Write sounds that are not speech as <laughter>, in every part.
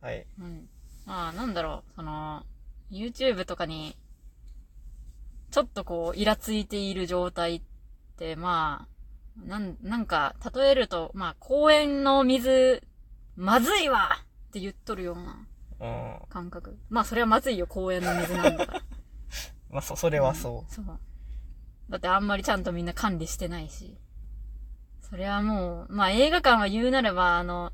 はい。うん。まあ、なんだろう、その、YouTube とかに、ちょっとこう、イラついている状態って、まあ、なん、なんか、例えると、まあ、公園の水、まずいわって言っとるようなうん。感覚。まあ、それはまずいよ、公園の水なんだから。そまあ、そ、 <laughs> それはそそう。だってあんまりちゃんとみんな管理してないし。それはもう、まあ、映画館は言うなれば、あの、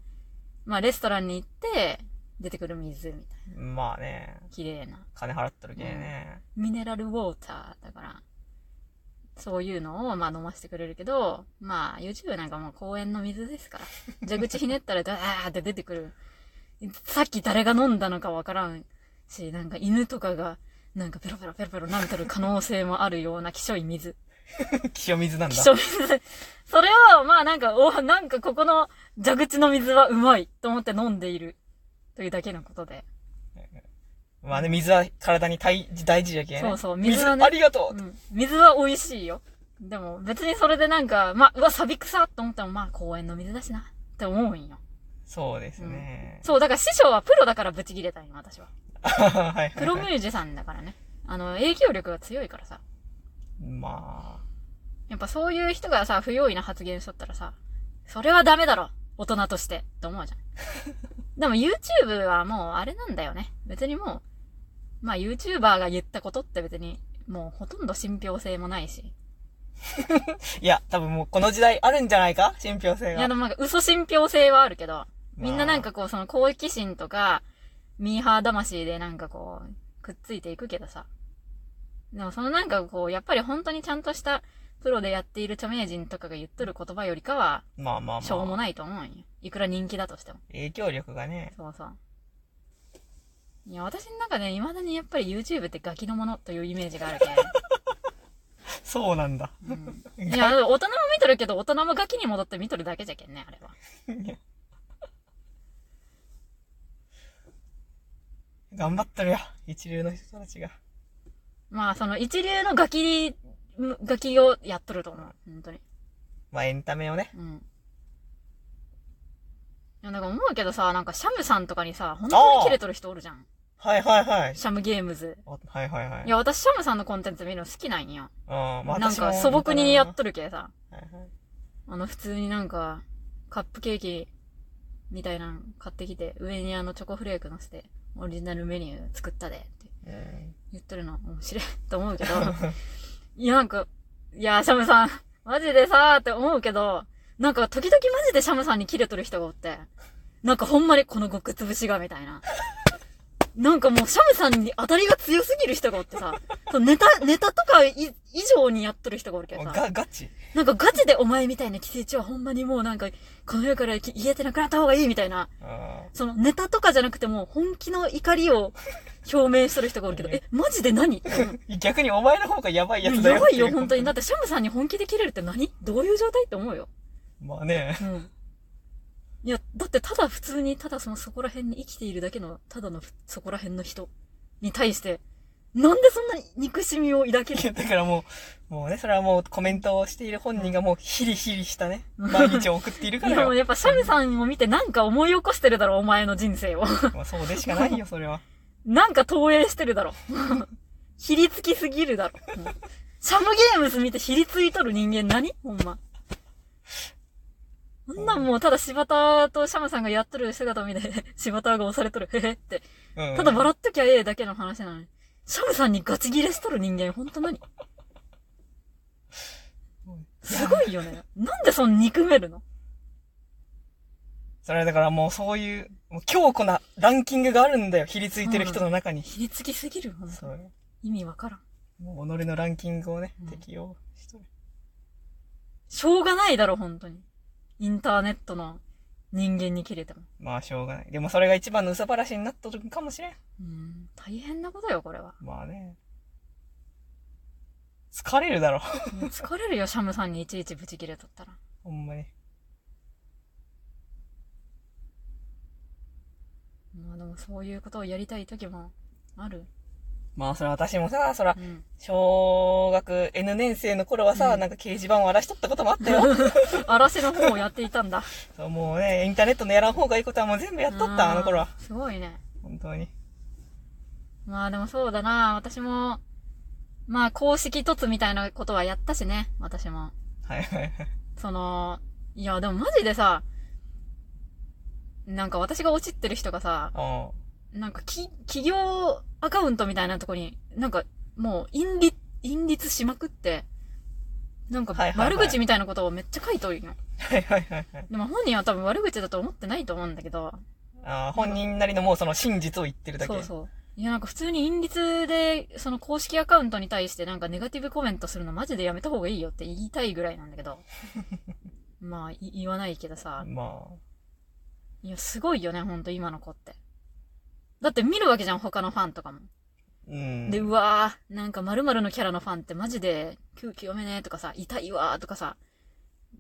まあ、レストランに行って、出てくる水みたいな。う。まあね、綺麗な。金払っとるけね。ミネラルウォーターだから、そういうのを、まあ、飲ませてくれるけど、まあ、YouTube なんかもう公園の水ですから。蛇口ひねったらダーって出てくる。さっき誰が飲んだのかわからんし、なんか犬とかが、なんかペロペロペロペロ舐めてる可能性もあるような希少い水。清水なんだ希。少い水。それを、まあなんか、お、なんかここの蛇口の水はうまいと思って飲んでいる。というだけのことで。まあね、水は体に大大事やけね。そうそう水はねありがとう、うん、水は美味しいよ。でも別にそれでなんか、まあ、うわ、サビ臭っと思っても、まあ公園の水だしなって思うんよ。そうですね。そう、だから師匠はプロだからブチ切れたんよ、私は。 <laughs> はいはいプロミはュージシャンだからね。 <laughs> あの、影響力が強いからさ。い。まやっぱそういう人がさ、不用意な発言しとったらさ、それはダメだろ大人としてって思うじゃん。でも YouTube はもうあれなんだよね。別にもう、まあ YouTuber が言ったことって別に、もうほとんど信憑性もないし。あ。いや、多分もうこの時代あるんじゃないか信憑性いや、が。でもなんか嘘信憑性はあるけど、みんななんかこう、その好奇心とか、ミーハー魂でなんかこう、くっついていくけどさ。でもそのなんかこう、やっぱり本当にちゃんとしたプロでやっている著名人とかが言っとる言葉よりかは、まあまあしょうもまあ。ないと思うんよ。いくら人気だとしても。影響力がね。そうそう。いや、私の中で未だにやっぱり YouTube ってガキのものというイメージがあるそうなんだ。けん。う <laughs> ん、いや、大人も見とるけど、大人もガキに戻って見とるだけじゃけんね、あれは。頑張ってるや。一流の人たちが。まあ、その一流のガキ、ガキをやっとると思う。本当に。まあエンタメをね。うん。いや、なんか思うけどさ、なんかシャムさんとかにさ、本当にキレとる人おるじゃん。はいはいはい。シャムゲームズ。おはいはいはいい。や、私シャムさんのコンテンツ見るの好きなんよ。うん、まあなん私もか素朴にやっとるけさ。はいはいあの、普通になんか、カップケーキみたいなの買ってきて、上にあのチョコフレーク乗せて、オリジナルメニュー作ったでってうん言っとるの面白いと <laughs> 思うけど、 <laughs> いや、なんか、いや、シャムさん、 <laughs> マジでさーって思うけど、なんか時々マジでシャムさんにキレとる人がおって、なんかほんまにこの極潰しがみたいな。なんかもうシャムさんに当たりが強すぎる人がおってさ、そのネタ、ネタとかい以上にやっとる人がおるけどさ。が、ガチなんかガチでお前みたいな寄生虫はほんまにもうなんか、この世から消えてなくなった方がいいみたいな、うんそのネタとかじゃなくてもう本気の怒りを表明してる人がおるけど、え、マジで何って思う逆にお前の方がやばいやつだよやっばていよ、本当に。だってシャムさんに本気で切れるって何どういう状態って思うよ。まあね。うん。いや、だってただ普通に、ただそのそこら辺に生きているだけの、ただのふそこら辺の人に対して、なんでそんなに憎しみを抱けいやるだからもう、もうね、それはもうコメントをしている本人がもうヒリヒリしたね、毎日を送っているか <laughs> いやらもうよ。やっぱシャムさんを見てなんか思い起こしてるだろ、お前の人生を。まあそうでしかないよ、それは。なんか投影してるだろ。 <laughs> ひりつきすぎるだろ。もうシャムゲームズ見てひりついとる人間何ほんま。そんなんもうただ柴田とシャムさんがやっとる姿を見て、 <laughs> 柴田が押されとる、へへって。うん。ただ笑っときゃええだけの話なのに。シャムさんにガチギレしとる人間ほんと何すごいよね。なんでそんな憎めるのそれはだからもうそういう、もう強固なランキングがあるんだよ、ひりついてる人の中に。ひりつきすぎるほんそとう。意味わからん。もう己のランキングをねう、ん適用してる。しょうがないだろ、ほんとに。インターネットの人間に切れても。まあしょうがない。でもそれが一番のうさばらしになった時かもしれん。うん、大変なことよ、これは。まあね。疲れるだろ、もう疲れるよ、シャムさんにいちいちブチ切れとったら。ほんまに。まあでもそういうことをやりたい時もある。まあ、それ私もさ、そらう、ん、小学 N 年生の頃はさ、うんなんか掲示板を荒らしとったこともあった <laughs> よ。嵐の方をやっていたんだ。そうもうね、インターネットのやらん方がいいことはもう全部やっとった、あの頃は。ーすごいね。本当に。まあでもそうだな。私も、まあ公式凸みたいなことはやったしね。私も。はいはいはい。その、いや、でもマジでさ、なんか私が落ちってる人がさ、あなんかき、企業アカウントみたいなとこに、なんかもう、隠立、隠立しまくって、なんかはいはいはい悪口みたいなことをめっちゃ書いとるよ。あはいはいはいはい。でも本人は多分悪口だと思ってないと思うんだけど、ああ、本人なりのもうその真実を言ってるだけ。そうそう。いや、なんか普通に隠立で、その公式アカウントに対してなんかネガティブコメントするのマジでやめた方がいいよって言いたいぐらいなんだけど。 <laughs> まあ、い言わないけどさ。まいや、すごいよね、ほんと今の子って。だって見るわけじゃん、他のファンとかも。あ、うん。で、うわー、なんか〇〇のキャラのファンってマジで空気読めねーとかさ、痛いわーとかさ、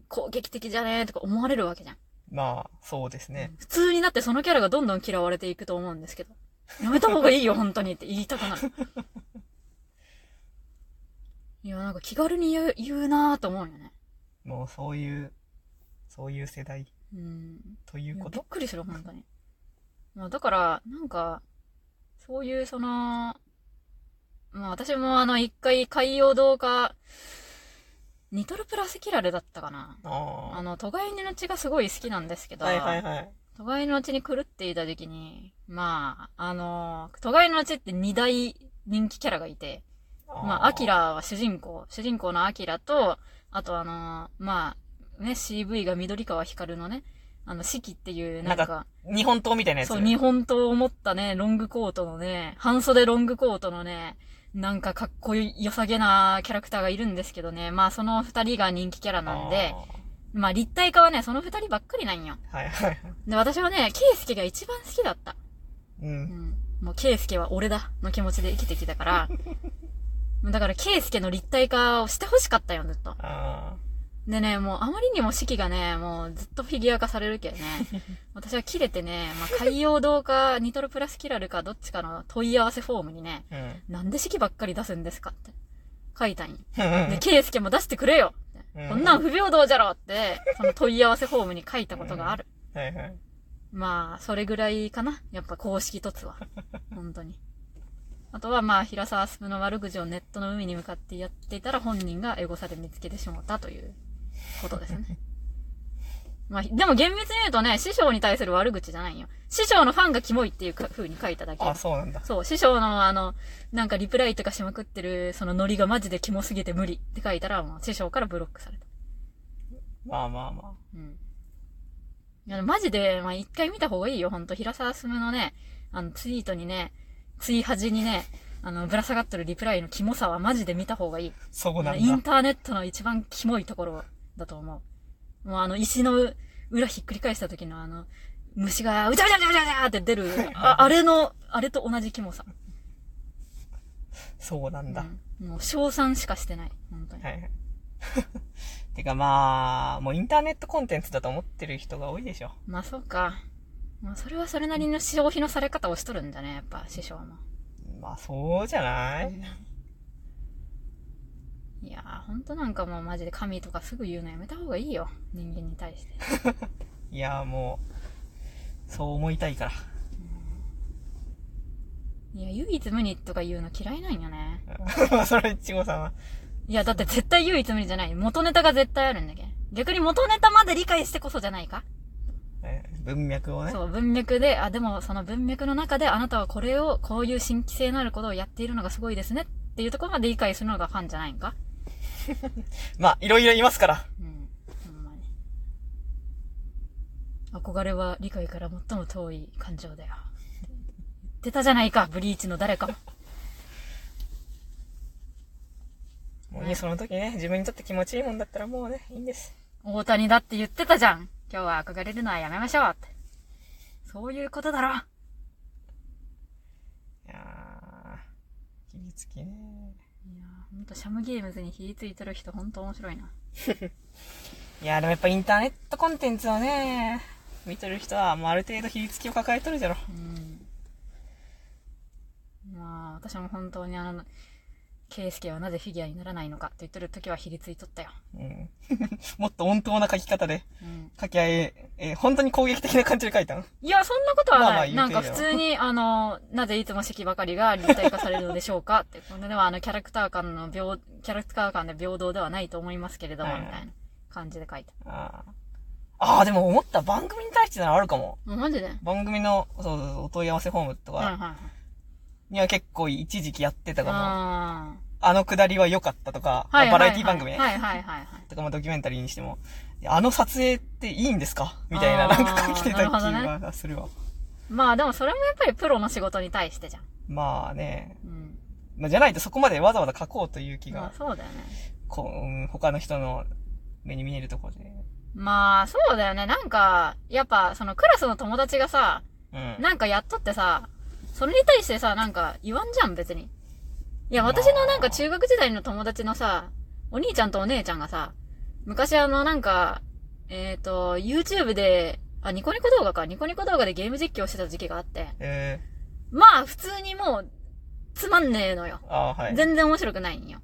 攻撃的じゃねーとか思われるわけじゃん。まあ、そうですね。普通になってそのキャラがどんどん嫌われていくと思うんですけど。やめた方がいいよ、本当にって言いたくなる。いや、なんか気軽に言う言うなーと思うよね。もうそういう、そういう世代うん。というこびっと。くりする、本当に。まあ、だから、なんか、そういう、その、まあ、私もあの、一回、海洋動画、ニトロプラスキラルだったかな。ああの、都外犬の血がすごい好きなんですけあ。ど、はいはいはい。都外犬の血に狂っていた時期に、まあ、あの、都外犬の血って二大人気キャラがいて、まあ、アキ。ラは主人公。主人公のアキラと、あとあのーまあ、ね、CV が緑川光のね、あの、四季っていう、なんなんか、日本刀みたいなやつ。そう、日本刀を持ったね、ロングコートのね、半袖ロングコートのね、なんかかっこいい、良さげなキャラクターがいるんですけどね、まあその二人が人気キャラなんで、まあ立体化はね、その二人ばっかりなんよ。あー。はいはいはい。で、私はね、ケイスケが一番好きだった。う。うんん。もう、ケイスケは俺だの気持ちで生きてきたから、 <laughs> だから、ケイスケの立体化をして欲しかったよ、ずっと。あでね、もう、あまりにも四季がね、もう、ずっとフィギュア化される <laughs> けどね、私は切れてね、まあ、海洋堂か、ニトロプラスキラルか、どっちかの問い合わせフォームにね、あ。うん。なんで四季ばっかり出すんですかって書いたん <laughs> よ。うんで、ケイスケも出してくれよってうんこんなん不平等じゃろって、その問い合わせフォームに書いたことがある。はいはい。まあ、それぐらいかな。やっぱ公式凸は。本当に。あとはまあ、平沢スプの悪口をネットの海に向かってやっていたら本人がエゴサで見つけてしまったということですね。まあ、でも厳密に言うとね、師匠に対する悪口じゃないよ。師匠のファンがキモいっていうか風に書いただけ。あ、そうなんだ。そう、師匠のあの、なんかリプライとかしまくってる、そのノリがマジでキモすぎて無理って書いたら、もう師匠からブロックされた。まあまあまうん。いや、マジで、まあ、一回見た方がいいよ、ほんと。平沢進のね、あの、ツイートにね、ツイ端にね、あの、ぶら下がってるリプライのキモさはマジで見た方がいい。あ。そうなイんンだ。ターネットの一番キモいところだと思う。もうあの、石の裏ひっくり返した時のあの、虫が、うじゃうじゃうじゃうじゃうじゃって出る、ああれの、あれと同じキモさ。そうなんだ。うんもう、称賛しかしてない。本当に。はい <laughs> はい。てかまあ、もうインターネットコンテンツだと思ってる人が多いでしょ。まあ、そうか。まあ、それはそれなりの消費のされ方をしとるんだね、やっぱ、師匠も。まあそうじゃないいやー、ほんとなんかもうマジで神とかすぐ言うのやめた方がいいよ。人間に対して。いやもう、そう思いたいから。いや、唯一無二とか言うの嫌いなんよね。 <laughs> まあそれはいちごさんは。いや、だって絶対唯一無二じゃない。元ネタが絶対あるんだけん。逆に元ネタまで理解してこそじゃないかえー文脈をね。そう、文脈で、あ、でもその文脈の中であなたはこれを、こういう新規性のあることをやっているのがすごいですねっていうところまで理解するのがファンじゃないんかまあ、いろいろいますから。うん。ほんまに。憧れは理解から最も遠い感情だよ。言ってたじゃないか、ブリーチの誰かも。もうね、その時ね、自分にとって気持ちいいもんだったらもうね、いいんです。大谷だって言ってたじゃん。今日は憧れるのはやめましょうって。そういうことだろ。いやー、切りつきね。いやーほんとシャムゲームズに火ついてる人ほんと面白いな。いやー、でもやっぱインターネットコンテンツをね、見とる人はもうある程度切りつきを抱えとるじゃろ。うん。ま私も本当にあの、圭介はなぜフィギュアにならないのかって言ってる時はひりついとったよ。うん、 <laughs> もっと温当な書き方で、うん。書き合い、えー本当に攻撃的な感じで書いたのいや、そんなことはない。まあまあ言うてなんるよか普通に、あの、なぜいつも席ばかりが立体化されるのでしょうかって。これではあの、キャラクター間の平、キャラクター間で平等ではないと思いますけれども、うんみたいな感じで書いた。あーあー、でも思った。番組に対してならあるかも。もうマジではい番組の、そうそうそう、お問い合わせフォームとはいかはい。には結構一時期やってたかも。ああのくだりは良かったとか、ーはいはまあいはいバラエティ番組ね。はいはいはいはい。とか、まあ、ドキュメンタリーにしても、いやあの撮影っていいんですかみたいな、あなーんか来てた気なるほどねがするわ。まあでもそれもやっぱりプロの仕事に対してじゃん。まあね。うん。まあ、じゃないとそこまでわざわざ書こうという気まあが、そうだよね。こううん他の人の目に見えるところで。まあそうだよね。なんか、やっぱそのクラスの友達がさ、うん。なんかやっとってさ、それに対してさ、なんか言わんじゃん、別に。いや、まあ私のなんか中学時代の友達のさ、お兄ちゃんとお姉ちゃんがさ、昔あの、なんか、えっ、と、YouTube で、あ、ニコニコ動画か、ニコニコ動画でゲーム実況してた時期があって、えまあ、普通にもう、つまんねえのよ。ー、あーはい。全然面白くないんよ。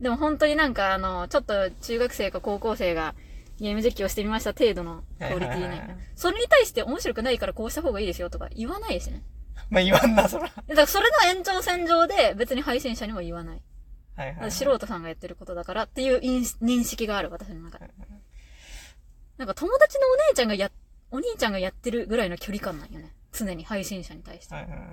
でも本当になんかあの、ちょっと中学生か高校生がゲーム実況してみました程度のクオリテはィいはいはいはねい。それに対して面白くないからこうした方がいいですよとか言わないしね。まあ言わんな、そら。だからそれの延長線上で別に配信者にも言わない。はいはい、はい。素人さんがやってることだからっていう認識認識がある私の中で。なんか友達のお姉ちゃんがや、お兄ちゃんがやってるぐらいの距離感なんよね。常に配信者に対して。はいはいはい。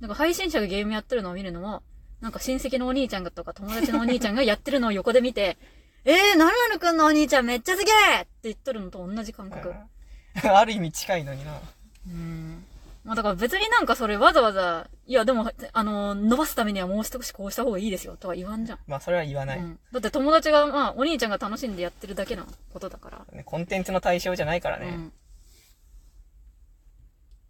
なんか配信者がゲームやってるのを見るのも、なんか親戚のお兄ちゃんがとか友達のお兄ちゃんがやってるのを横で見て、 <laughs> えー、なるなるくんのお兄ちゃんめっちゃすげえって言っとるのと同じ感覚。うん <laughs> ある意味近いのにな。うん。まあだから別になんかそれわざわざ、いやでも、あの、伸ばすためにはもう少しこうした方がいいですよとは言わんじゃん。まあそれは言わない。うん。だって友達が、まあお兄ちゃんが楽しんでやってるだけのことだから。コンテンツの対象じゃないからうね。ん。